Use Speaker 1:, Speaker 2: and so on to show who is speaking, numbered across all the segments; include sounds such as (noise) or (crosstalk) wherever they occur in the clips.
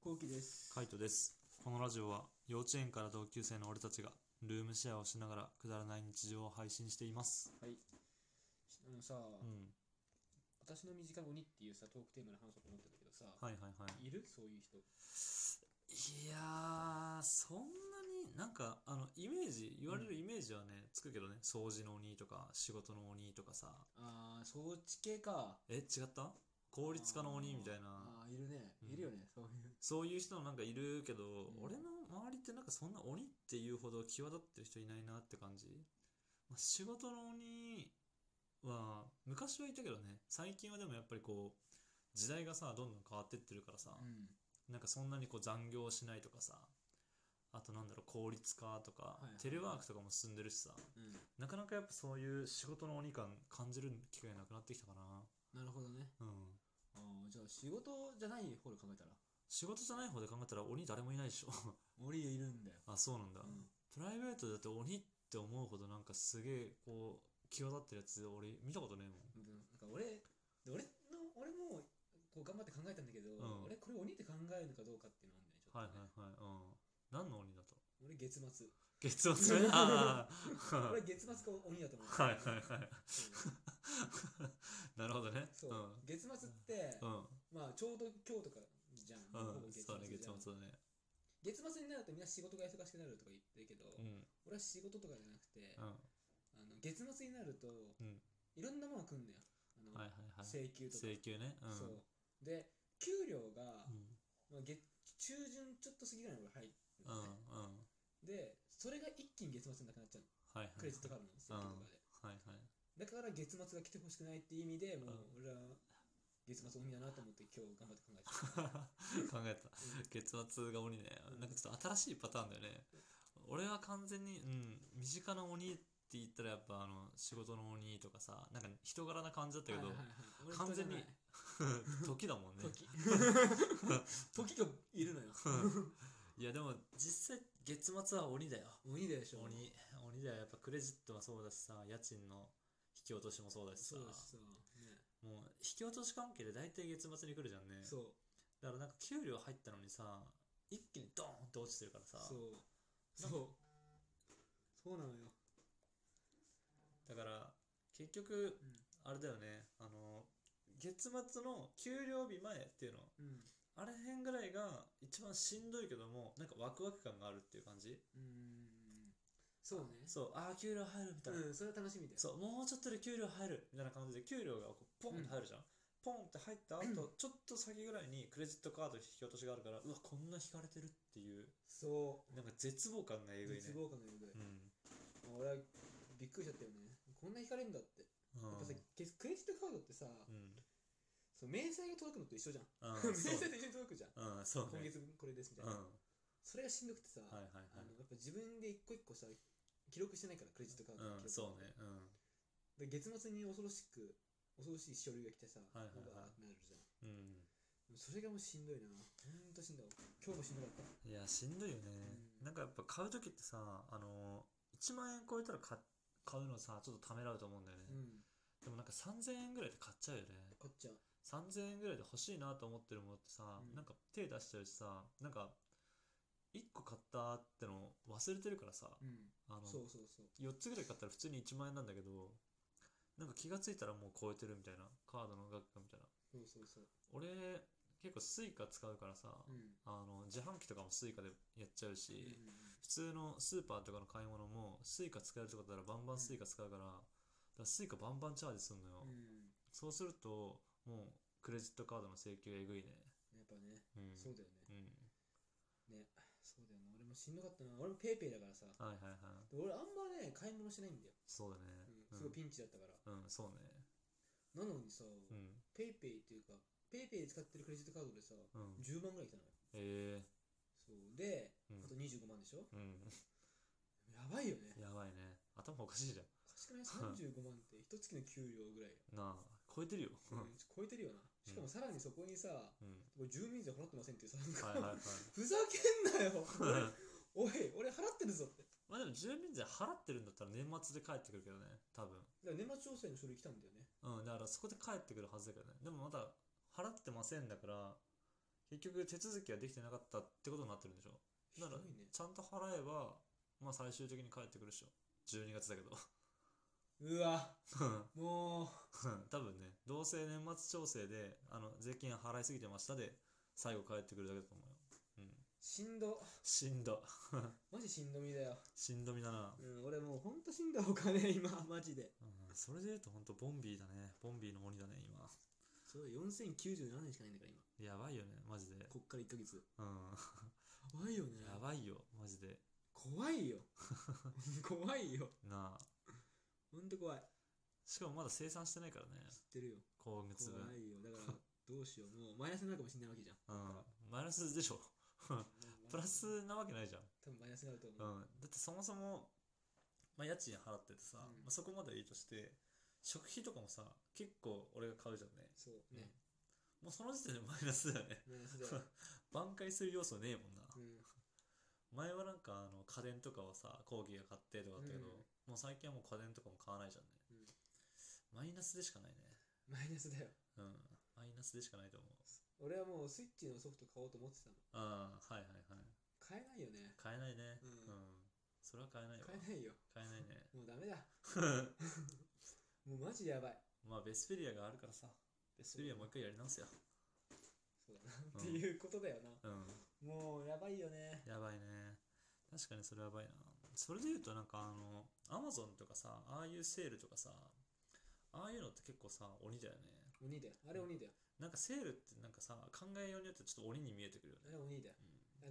Speaker 1: こうきです。
Speaker 2: カイトです。このラジオは幼稚園から同級生の俺たちがルームシェアをしながらくだらない日常を配信しています。
Speaker 1: はい。あのさ、
Speaker 2: うん。
Speaker 1: 私の身近に鬼っていうさ、トークテーマで話そうと思ったんだけどさ、
Speaker 2: はいはいはい。
Speaker 1: いるそういう人。
Speaker 2: いやー、そんなになんかあのイメージ、言われるイメージはね、つくけどね、掃除の鬼とか仕事の鬼とかさ、
Speaker 1: あー、そっち系か。
Speaker 2: え、違った効率化の鬼みたいな、
Speaker 1: あー、いるね。
Speaker 2: うん
Speaker 1: いるよね、そういう。
Speaker 2: そういう人もなんかいるけど、
Speaker 1: ん
Speaker 2: 俺の周りってなんかそんな鬼っていうほど際立ってる人いないなって感じ。まあ、仕事の鬼は、昔はいたけどね、最近はでもやっぱりこう、時代がさ、どんどん変わってってるからさ、
Speaker 1: うん。
Speaker 2: なんかそんなにこう残業しないとかさ、あとなんだろう、効率化とか
Speaker 1: いはいはい、
Speaker 2: テレワークとかも進んでるしさ、
Speaker 1: うん。
Speaker 2: なかなかやっぱそういう仕事の鬼感感じる機会なくなってきたかな。
Speaker 1: なるほどね。
Speaker 2: うん。
Speaker 1: あーじゃあ仕事じゃない方で考えたら。
Speaker 2: 仕事じゃない方で考えたら鬼誰もいないでしょ
Speaker 1: 鬼いるんだよ。
Speaker 2: あそうなんだ、
Speaker 1: うん。
Speaker 2: プライベートでだって鬼って思うほどなんかすげえこう際立ってるやつ俺見たことねえもん
Speaker 1: でもなんか俺、で俺の、俺も、こう頑張って考えたんだけど、
Speaker 2: うん
Speaker 1: 俺これ鬼って考えるのかどうかっていうのあ
Speaker 2: はい
Speaker 1: るんだよね、
Speaker 2: はいはいうん何の
Speaker 1: (laughs)
Speaker 2: 鬼だ
Speaker 1: ち
Speaker 2: と
Speaker 1: ょっとね。俺月末。
Speaker 2: 月末ねああ
Speaker 1: 俺月末か鬼だと思う。
Speaker 2: はいはいはい
Speaker 1: そう
Speaker 2: なるほどね
Speaker 1: そう、月末って、
Speaker 2: うんうん
Speaker 1: まあちょうど今日とかじゃん、ほぼ
Speaker 2: うん
Speaker 1: 月
Speaker 2: そう
Speaker 1: 末
Speaker 2: ね
Speaker 1: じゃ
Speaker 2: 月
Speaker 1: ん月末
Speaker 2: 末だね
Speaker 1: になるとみんな仕事が忙しくなるとか言ってるけど、
Speaker 2: うん
Speaker 1: 俺は仕事とかじゃなくて、
Speaker 2: う
Speaker 1: あ
Speaker 2: ん
Speaker 1: の月末になると、
Speaker 2: うん
Speaker 1: いろんなものが来んだよあの、
Speaker 2: はいはいはい
Speaker 1: 請求とか、
Speaker 2: 請求ねうん
Speaker 1: そうで給料が、
Speaker 2: うん
Speaker 1: まあ、月中旬ちょっと過ぎぐらいに俺入る
Speaker 2: う
Speaker 1: の
Speaker 2: んうん
Speaker 1: ね、でそれが一気に月末になくなっちゃう
Speaker 2: はいは
Speaker 1: ク
Speaker 2: い
Speaker 1: レジットカードの請求とかで、
Speaker 2: はいはい
Speaker 1: だから月末が来てほしくないって意味でもう
Speaker 2: う
Speaker 1: 俺は月末鬼だなと思って今日頑張って考えて
Speaker 2: (laughs)
Speaker 1: た
Speaker 2: 考えた
Speaker 1: うん
Speaker 2: 月末が鬼ね
Speaker 1: うん
Speaker 2: なんかちょっと新しいパターンだよね俺は完全にうん身近な鬼って言ったらやっぱあの仕事の鬼とかさなんか人柄な感じだったけど、
Speaker 1: はいはいはい
Speaker 2: 完全に (laughs) 時だもんね
Speaker 1: 時 (laughs) 時がいるのよ
Speaker 2: いやでも実際月末は鬼だよ
Speaker 1: 鬼でしょ
Speaker 2: 鬼鬼だよやっぱクレジットもそうだしさ家賃の引き落としもそうだしさ
Speaker 1: そうだしさ、
Speaker 2: もう引き落とし関係で大体月末に来るじゃんね
Speaker 1: ね、そう
Speaker 2: だからなんか給料入ったのにさ一気にドーンって落ちてるからさ
Speaker 1: そうそうそうなのよ、
Speaker 2: だから結局
Speaker 1: うん
Speaker 2: あれだよねあの月末の給料日前っていうの
Speaker 1: うん
Speaker 2: あれへんぐらいが一番しんどいけどもなんかワクワク感があるっていう感じ
Speaker 1: うんそうね
Speaker 2: そうああ給料入るみたいな、
Speaker 1: うんそれは楽しみだよ
Speaker 2: そうもうちょっとで給料入るみたいな感じで給料がこうポンって入るじゃん、ポンって入った後、ちょっと先ぐらいにクレジットカード引き落としがあるからうわこんな引かれてるっていう
Speaker 1: そ
Speaker 2: なんか絶望感がえ
Speaker 1: う
Speaker 2: ぐいね
Speaker 1: 絶望感がえぐい
Speaker 2: うん
Speaker 1: 俺はびっくりしちゃったよねこんな引かれるんだって、
Speaker 2: うん
Speaker 1: やっぱさけクレジットカードってさ、
Speaker 2: うん
Speaker 1: そう明細が届くのと一緒じゃん
Speaker 2: あ
Speaker 1: 明
Speaker 2: ーそう
Speaker 1: 細と一緒に届くじゃん
Speaker 2: うんそ
Speaker 1: (laughs)
Speaker 2: う
Speaker 1: 今
Speaker 2: ね
Speaker 1: 月これですみた
Speaker 2: う
Speaker 1: いな、
Speaker 2: んは
Speaker 1: それがしんどくてさ、
Speaker 2: いはい
Speaker 1: あ
Speaker 2: はい
Speaker 1: のやっぱ自分で一個一個さ記録してないからクレジットカードの記録
Speaker 2: うんそうねう
Speaker 1: で
Speaker 2: ん
Speaker 1: 月末に恐ろしく恐ろしい書類が来てさ、
Speaker 2: はいはいはいう
Speaker 1: わーってなるじゃん
Speaker 2: うん
Speaker 1: でもそれがもうしんどいなほんとしんどい今日もしんどかった
Speaker 2: いや、しんどいよね。
Speaker 1: うん
Speaker 2: なんかやっぱ買うときってさ、あの1万円超えたら買買うのさ、ちょっとためらうと思うんだよね。
Speaker 1: うん
Speaker 2: でもなんか3000円ぐらいで買っちゃうよね。
Speaker 1: こっちゃう
Speaker 2: 3000円ぐらいで欲しいなと思ってるものってさ、
Speaker 1: うん
Speaker 2: なんか手出しちゃうしさ、なんか1個買ったっての忘れてるからさ、
Speaker 1: うん
Speaker 2: あの
Speaker 1: そうそうそう
Speaker 2: 4つぐらい買ったら普通に1万円なんだけど、なんか気がついたらもう超えてるみたいな、カードの額がみたいな。
Speaker 1: そうそうそう
Speaker 2: 俺、結構スイカ使うからさ、
Speaker 1: うん
Speaker 2: あの自販機とかもスイカでやっちゃうし、
Speaker 1: うんうん
Speaker 2: 普通のスーパーとかの買い物もスイカ使えるとこだったらバンバンスイカ使うから,、だからスイカバンバンチャージするのよ、
Speaker 1: うん
Speaker 2: そうするともうクレジットカードの請求えぐいね
Speaker 1: やっぱね、
Speaker 2: うん
Speaker 1: そうだよね
Speaker 2: うん
Speaker 1: ねそうだよな俺もしんどかったな俺もペイペイだからさ
Speaker 2: はいはいはい
Speaker 1: で俺あんまね買い物しないんだよ、
Speaker 2: そうだね
Speaker 1: うん、すごいピンチだったから、
Speaker 2: うん、うん、そうね
Speaker 1: なのにさ、
Speaker 2: うん
Speaker 1: ペイペイっていうかペイペイで使ってるクレジットカードでさ
Speaker 2: うん
Speaker 1: 10万ぐらい来たのよ
Speaker 2: え
Speaker 1: そうで、
Speaker 2: うん
Speaker 1: あと25万でしょ
Speaker 2: えうん
Speaker 1: やばいよね
Speaker 2: やばいね頭おかしいじゃん
Speaker 1: おかしくない35万って一月の給料ぐらいよ、
Speaker 2: なあ超えてるよ
Speaker 1: うん超えてるよなしかもさらにそこにさ、
Speaker 2: うん
Speaker 1: これ住民税払ってませんっていうさなんか
Speaker 2: は
Speaker 1: (laughs)
Speaker 2: い (laughs) はいはい
Speaker 1: ふざけんなよおい俺払ってるぞって
Speaker 2: まあでも住民税払ってるんだったら年末で帰ってくるけどね多分
Speaker 1: だから年末調整の書類来たんだよね
Speaker 2: うん、だからそこで帰ってくるはずだけどね。でもまた、払ってませんだから、結局手続きができてなかったってことになってるんでしょ
Speaker 1: ひど
Speaker 2: だ
Speaker 1: い
Speaker 2: から
Speaker 1: ね
Speaker 2: ちゃんと払えば、まあ、最終的に返ってくるでしょ12月だけど (laughs)
Speaker 1: うわもう
Speaker 2: 多分ねどうせ年末調整であの税金払いすぎてましたで最後返ってくるだけだと思うよ、うん、
Speaker 1: しんど
Speaker 2: しんど
Speaker 1: マジしんどみだよ、
Speaker 2: しんどみだな、
Speaker 1: うん、俺もうほんとしんどいお金今マジで
Speaker 2: うん、それで言うと本当ボンビーだねボンビーの鬼だね今
Speaker 1: そう4097円しかないんだから今
Speaker 2: やばいよねマジで
Speaker 1: こっから1ヶ月
Speaker 2: うん
Speaker 1: やばいよね
Speaker 2: やばいよマジで
Speaker 1: 怖いよ (laughs) 怖いよ
Speaker 2: なあ
Speaker 1: ほんと怖い
Speaker 2: しかもまだ生産してないからね
Speaker 1: 知ってるよ
Speaker 2: 今月分
Speaker 1: 怖いよだ
Speaker 2: (laughs)
Speaker 1: からどうしようもうマイナスになるかもしれないわけじゃん
Speaker 2: うんマイナスでしょプラスなわけないじゃん
Speaker 1: 多分マイナスになると思
Speaker 2: う
Speaker 1: う、
Speaker 2: ん、だってそもそも、まあ、家賃払っててさ、
Speaker 1: うん
Speaker 2: まあ、そこまではいいとして食費とかもさ結構俺が買うじゃんね
Speaker 1: そうね、
Speaker 2: もうその時点でマ (laughs) イナスだよね
Speaker 1: マイナスだ
Speaker 2: (laughs)
Speaker 1: よ、
Speaker 2: 挽回する要素ねえもんな、
Speaker 1: うん、
Speaker 2: 前はなんかあの家電とかはさ講義が買ってとかあったけど、
Speaker 1: うん
Speaker 2: もう最近はもう家電とかも買わないじゃんね、マイナスでしかないね
Speaker 1: マイナスだよ
Speaker 2: うんマイナスでしかないと思う
Speaker 1: 俺はもうスイッチのソフト買おうと思ってたの
Speaker 2: ああはいはいはい
Speaker 1: 買えないよね
Speaker 2: 買えないね
Speaker 1: うん
Speaker 2: それは買えないわ
Speaker 1: 買えないよ
Speaker 2: 買えないね
Speaker 1: もうダメ
Speaker 2: (laughs)
Speaker 1: だもうマジやばい
Speaker 2: まあベスペリアがあるからさベスペリアもう一回やり直すよ
Speaker 1: そうだな、
Speaker 2: う
Speaker 1: っ
Speaker 2: ん
Speaker 1: ていうことだよな
Speaker 2: うん
Speaker 1: もうやばいよね
Speaker 2: やばいね。確かにそれやばいな。それで言うとなんかあの、アマゾンとかさ、ああいうセールとかさ、ああいうのって結構さ、鬼だよね。
Speaker 1: 鬼だよあれ鬼だよ
Speaker 2: なんかセールってなんかさ、考えようによってちょっと鬼に見えてくるよ
Speaker 1: あ
Speaker 2: ね。
Speaker 1: れ鬼だよ
Speaker 2: う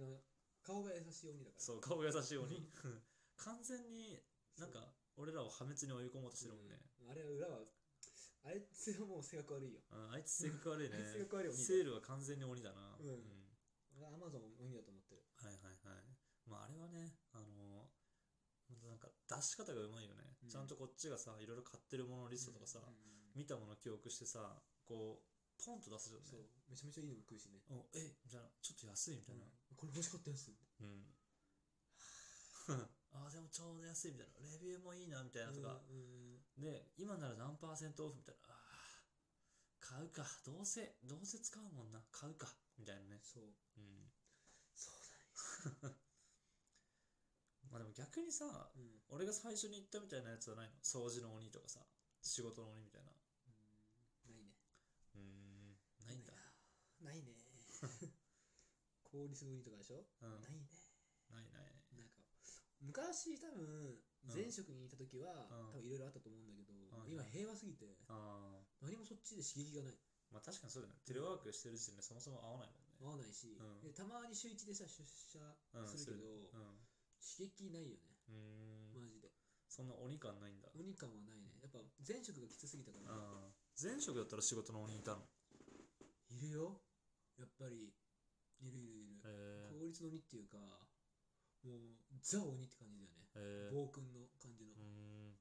Speaker 1: あ
Speaker 2: ん
Speaker 1: の顔が優しい鬼だから
Speaker 2: そう、顔優しい
Speaker 1: うん
Speaker 2: 鬼。 (laughs) 完全になんか俺らを破滅に追い込もうとしてるもんね。
Speaker 1: うんあれは裏はあいつはもう性格悪いよ
Speaker 2: うん、あいつ性格悪いね
Speaker 1: あいつ (laughs) 性格悪い。鬼だ
Speaker 2: セールは完全に鬼だな。
Speaker 1: うん俺はアマゾン鬼だと思ってる
Speaker 2: はいはいはい。まああれはね、あのなんか出し方がうまいよね、
Speaker 1: うん
Speaker 2: ちゃんとこっちがさ、いろいろ買ってるもののリストとかさ、
Speaker 1: うんうん
Speaker 2: 見たもの記憶してさ、こう、ポンと出すじゃん
Speaker 1: そう
Speaker 2: ね。
Speaker 1: めちゃめちゃいいのも来るしね
Speaker 2: おえみたいな、ちょっと安いみたいな。
Speaker 1: これ欲しかったやつ
Speaker 2: うん。
Speaker 1: (laughs)
Speaker 2: ああ、でもちょうど安いみたいな。レビューもいいなみたいなとか。
Speaker 1: うんうん
Speaker 2: で、今なら何パーセントオフみたいな。ああ、買うか。どうせ、どうせ使うもんな。買うか。みたいなね。
Speaker 1: そう
Speaker 2: うん。
Speaker 1: そう
Speaker 2: まあでも逆にさ、
Speaker 1: だねうん
Speaker 2: 俺が最初に言ったみたいなやつはないの掃除の鬼とかさ仕事の鬼みたいな
Speaker 1: うんないね
Speaker 2: うーんないんだ
Speaker 1: ないね
Speaker 2: (laughs)
Speaker 1: 効率のいいとかでしょ
Speaker 2: うん
Speaker 1: ないね
Speaker 2: ないない
Speaker 1: なんか昔多分
Speaker 2: うん
Speaker 1: 前職にいた時は
Speaker 2: うん
Speaker 1: 多分いろいろあったと思うんだけど
Speaker 2: うん
Speaker 1: 今平和すぎて
Speaker 2: ああ
Speaker 1: 何もそっちで刺激がない
Speaker 2: まあ確かにそうだよねテレワークしてる時点でそもそも合わないもんね
Speaker 1: 合わないし
Speaker 2: うん
Speaker 1: でたまに週一でさ出社
Speaker 2: うん
Speaker 1: するけど
Speaker 2: うん
Speaker 1: 刺激ないよね
Speaker 2: うーん
Speaker 1: マジで
Speaker 2: そんな鬼感ないんだ
Speaker 1: 鬼感はないねやっぱ前職がきつすぎたから
Speaker 2: あー前職だったら仕事の鬼いたの
Speaker 1: いるよやっぱりいるいるいる
Speaker 2: へえ
Speaker 1: 効率の鬼っていうかもうザ鬼って感じだよね
Speaker 2: へえう
Speaker 1: 暴君の感じの
Speaker 2: ーん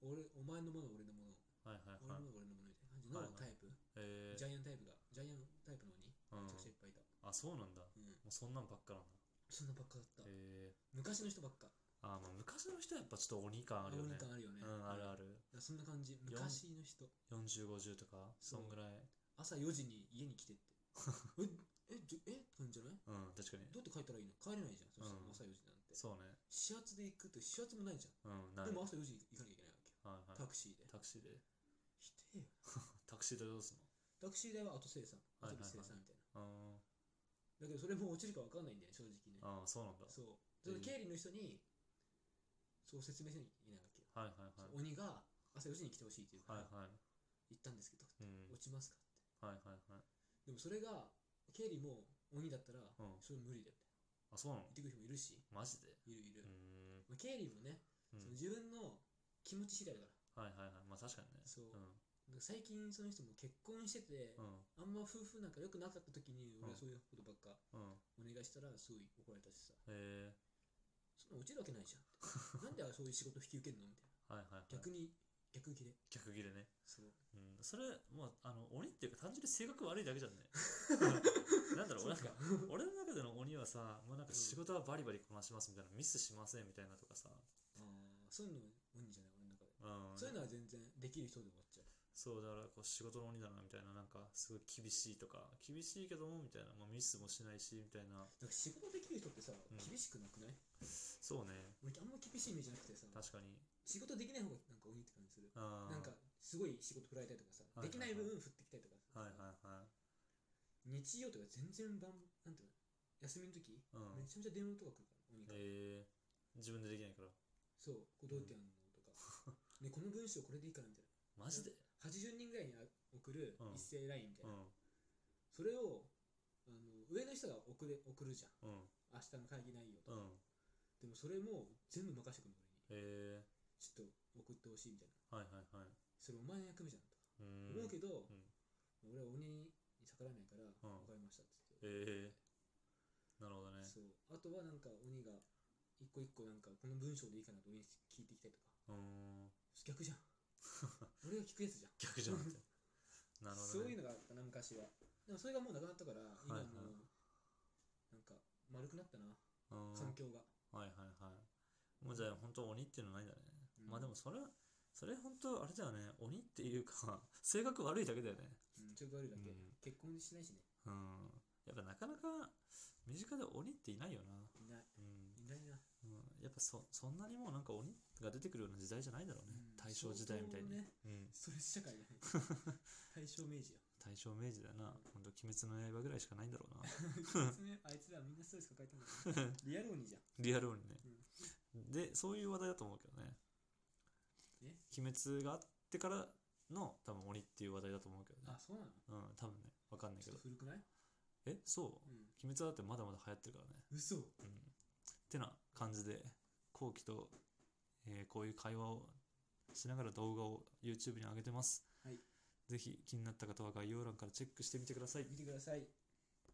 Speaker 1: 俺お前のものは俺のもの
Speaker 2: はいはい
Speaker 1: 俺
Speaker 2: はい
Speaker 1: のものは俺のものみたいな感じの
Speaker 2: はいはい
Speaker 1: タイプ
Speaker 2: へ
Speaker 1: ジ
Speaker 2: え
Speaker 1: ャイアンタイプがジャイアンタイプの鬼
Speaker 2: うん
Speaker 1: めちゃくちゃいっぱいいた
Speaker 2: あそうなんだも
Speaker 1: うん
Speaker 2: うそんなんばっかなん
Speaker 1: そんなばっかだった
Speaker 2: だへえ
Speaker 1: 昔の人ばっか
Speaker 2: あーまあ昔の人はやっぱちょっと鬼感あるよ
Speaker 1: 鬼
Speaker 2: ね
Speaker 1: 感あるよね
Speaker 2: うんあるある
Speaker 1: だからそんな感じ昔の人
Speaker 2: 4050とか
Speaker 1: そ
Speaker 2: そうのぐらい
Speaker 1: 朝4時に家に来てって
Speaker 2: (laughs)
Speaker 1: ええじえって感じじゃない
Speaker 2: うん確かに
Speaker 1: どうやって帰ったらいいの帰れないじゃんそしたら
Speaker 2: うん
Speaker 1: 朝4時なんて
Speaker 2: そうね
Speaker 1: 始発で行くと始発もないじゃ
Speaker 2: うんなんい
Speaker 1: でも朝4時に行かなきゃいけないわけよ
Speaker 2: はいはい
Speaker 1: タクシーで
Speaker 2: タクシーで
Speaker 1: ひてえよ
Speaker 2: タクシーでどうす
Speaker 1: タクシー代は後生産後
Speaker 2: はい
Speaker 1: 引
Speaker 2: はいはい
Speaker 1: き生産みたいな
Speaker 2: んの
Speaker 1: だけどそれもう落ちるか分かんないんだよね正直ね
Speaker 2: あーあーそうなんだ
Speaker 1: そうその経理の人にそう説明しなきゃいけないわけよ
Speaker 2: はいはいはい
Speaker 1: そう鬼が朝4時に来てほしいっていうか
Speaker 2: はい
Speaker 1: ら
Speaker 2: はい
Speaker 1: 行ったんですけど
Speaker 2: うん
Speaker 1: 落ちますかって
Speaker 2: はいはいはい
Speaker 1: でもそれが経理も鬼だったら
Speaker 2: ん
Speaker 1: それ無理だよね
Speaker 2: あそうなの
Speaker 1: 行ってくる人もいるし
Speaker 2: マジで
Speaker 1: いるいる
Speaker 2: うーん
Speaker 1: まあ、経理もね、
Speaker 2: うん
Speaker 1: その自分の気持ち次第だから
Speaker 2: はいはいはいまあ確かにね
Speaker 1: そうんなんか最近その人も結婚してて、
Speaker 2: う
Speaker 1: あ
Speaker 2: ん
Speaker 1: んま夫婦なんか良くなかった時に俺は
Speaker 2: うん
Speaker 1: そういうことばっか
Speaker 2: う
Speaker 1: お
Speaker 2: ん
Speaker 1: 願いしたらすごい怒られたしさ
Speaker 2: へえ
Speaker 1: そんな落ちるわけないじゃん
Speaker 2: (laughs)
Speaker 1: ってなんでそういう仕事引き受けるのみたいな
Speaker 2: はいはいはい
Speaker 1: 逆に逆切れ
Speaker 2: 逆切れね
Speaker 1: そう
Speaker 2: うんそれまああの鬼っていうか単純に性格悪いだけじゃん
Speaker 1: (laughs)
Speaker 2: ねなんだろ
Speaker 1: そう
Speaker 2: うなん
Speaker 1: か
Speaker 2: か俺の中での鬼はさもうなんか仕事はバリバリこなしますみたいなミスしませんみたいなとかさ
Speaker 1: あーそういうの鬼じゃない俺の中で、
Speaker 2: うん
Speaker 1: そういうのは全然できる人で終わっちゃう
Speaker 2: そうだからこう仕事の鬼だなみたいななんかすごい厳しいとか厳しいけどもみたいな、まあ、ミスもしないしみたいな
Speaker 1: なんか仕事できる人ってさ、
Speaker 2: ん
Speaker 1: 厳しくなくない
Speaker 2: そうね
Speaker 1: 俺あんま厳しいイメージなくてさ、
Speaker 2: 確かに
Speaker 1: 仕事できない方がなんか鬼って感じする。
Speaker 2: あー
Speaker 1: なんか、すごい仕事振られたりとかさ、
Speaker 2: はいはいはい
Speaker 1: できない部分振ってきたりとかさ、
Speaker 2: はいはいはい
Speaker 1: 日曜とか全然晩、なんていうの休みの時、
Speaker 2: うん
Speaker 1: めちゃめちゃ電話とか来るから、鬼から。
Speaker 2: えー、自分でできないから
Speaker 1: そう、これどうやってやるのとか、
Speaker 2: (laughs)
Speaker 1: ね、この文章これでいいからみたいな。
Speaker 2: マジで
Speaker 1: 80人ぐらいにあ送る
Speaker 2: うん
Speaker 1: 一斉 LINE みたいうな。
Speaker 2: ん
Speaker 1: それをあの上の人が送れ送るじゃん。
Speaker 2: うん
Speaker 1: 明日の会議内容と
Speaker 2: う
Speaker 1: か。
Speaker 2: ん
Speaker 1: でもそれも全部任せてくるの俺に。
Speaker 2: え
Speaker 1: ちょっと送ってほしいみたいな。
Speaker 2: ー、はいはいはい
Speaker 1: それお前の役目じゃんとか
Speaker 2: うーん
Speaker 1: 思うけど、
Speaker 2: ん
Speaker 1: 俺は鬼に逆らえないから、わかりましたって言って。
Speaker 2: えー、なるほどね
Speaker 1: そうあとはなんか鬼が一個一個なんかこの文章でいいかなと鬼に聞いてきたりとか
Speaker 2: うーん
Speaker 1: 逆
Speaker 2: (laughs)
Speaker 1: じゃん俺が聞くやつじゃん
Speaker 2: 逆じゃん
Speaker 1: (laughs)
Speaker 2: ってなるほ
Speaker 1: そ
Speaker 2: ど
Speaker 1: うい
Speaker 2: ね
Speaker 1: うのがあったな昔はでもそれがもうなくなったから今
Speaker 2: はいはい
Speaker 1: もうなんか丸くなったな
Speaker 2: うーん
Speaker 1: 環境が
Speaker 2: はいはいはいもうじゃあ本当鬼っていうのはないんだね、
Speaker 1: うん
Speaker 2: まあでもそれはそれ本当あれだよね鬼っていうか (laughs) 性格悪いだけだよね
Speaker 1: うんちょっと悪いだけ
Speaker 2: うん
Speaker 1: 結婚しないしね
Speaker 2: うんやっぱなかなか身近で鬼っていないよな、
Speaker 1: いない
Speaker 2: うん、
Speaker 1: い
Speaker 2: (laughs)
Speaker 1: ないな
Speaker 2: うん、やっぱそそんなにもうなんか鬼が出てくるような時代じゃないだろう
Speaker 1: う
Speaker 2: ね、
Speaker 1: ん
Speaker 2: 大正時代みたいに、
Speaker 1: 相当ね
Speaker 2: うん、
Speaker 1: それ社会だね大正明
Speaker 2: (laughs)
Speaker 1: 治や
Speaker 2: 大正明治だよなほんと鬼滅の刃ぐらいしかないんだろ (laughs) うな
Speaker 1: 別にあいつらみんなストレス抱えてるん
Speaker 2: (laughs)
Speaker 1: だよねリアル鬼じゃん
Speaker 2: リアル鬼ね、でそういう話題だと思うけどね
Speaker 1: え
Speaker 2: 鬼滅があってからの多分鬼っていう話題だと思うけどね
Speaker 1: あそうなの
Speaker 2: うん多分ねわかんない
Speaker 1: ち
Speaker 2: け
Speaker 1: ょっ
Speaker 2: ど
Speaker 1: と古くない
Speaker 2: えそう
Speaker 1: うん
Speaker 2: 鬼滅だってまだまだ流行ってるからね
Speaker 1: 嘘
Speaker 2: うんってな感じで後期と、えーこういう会話をしながら動画を YouTube に上げてます、
Speaker 1: はい
Speaker 2: ぜひ気になった方は概要欄からチェックしてみてください
Speaker 1: 見てください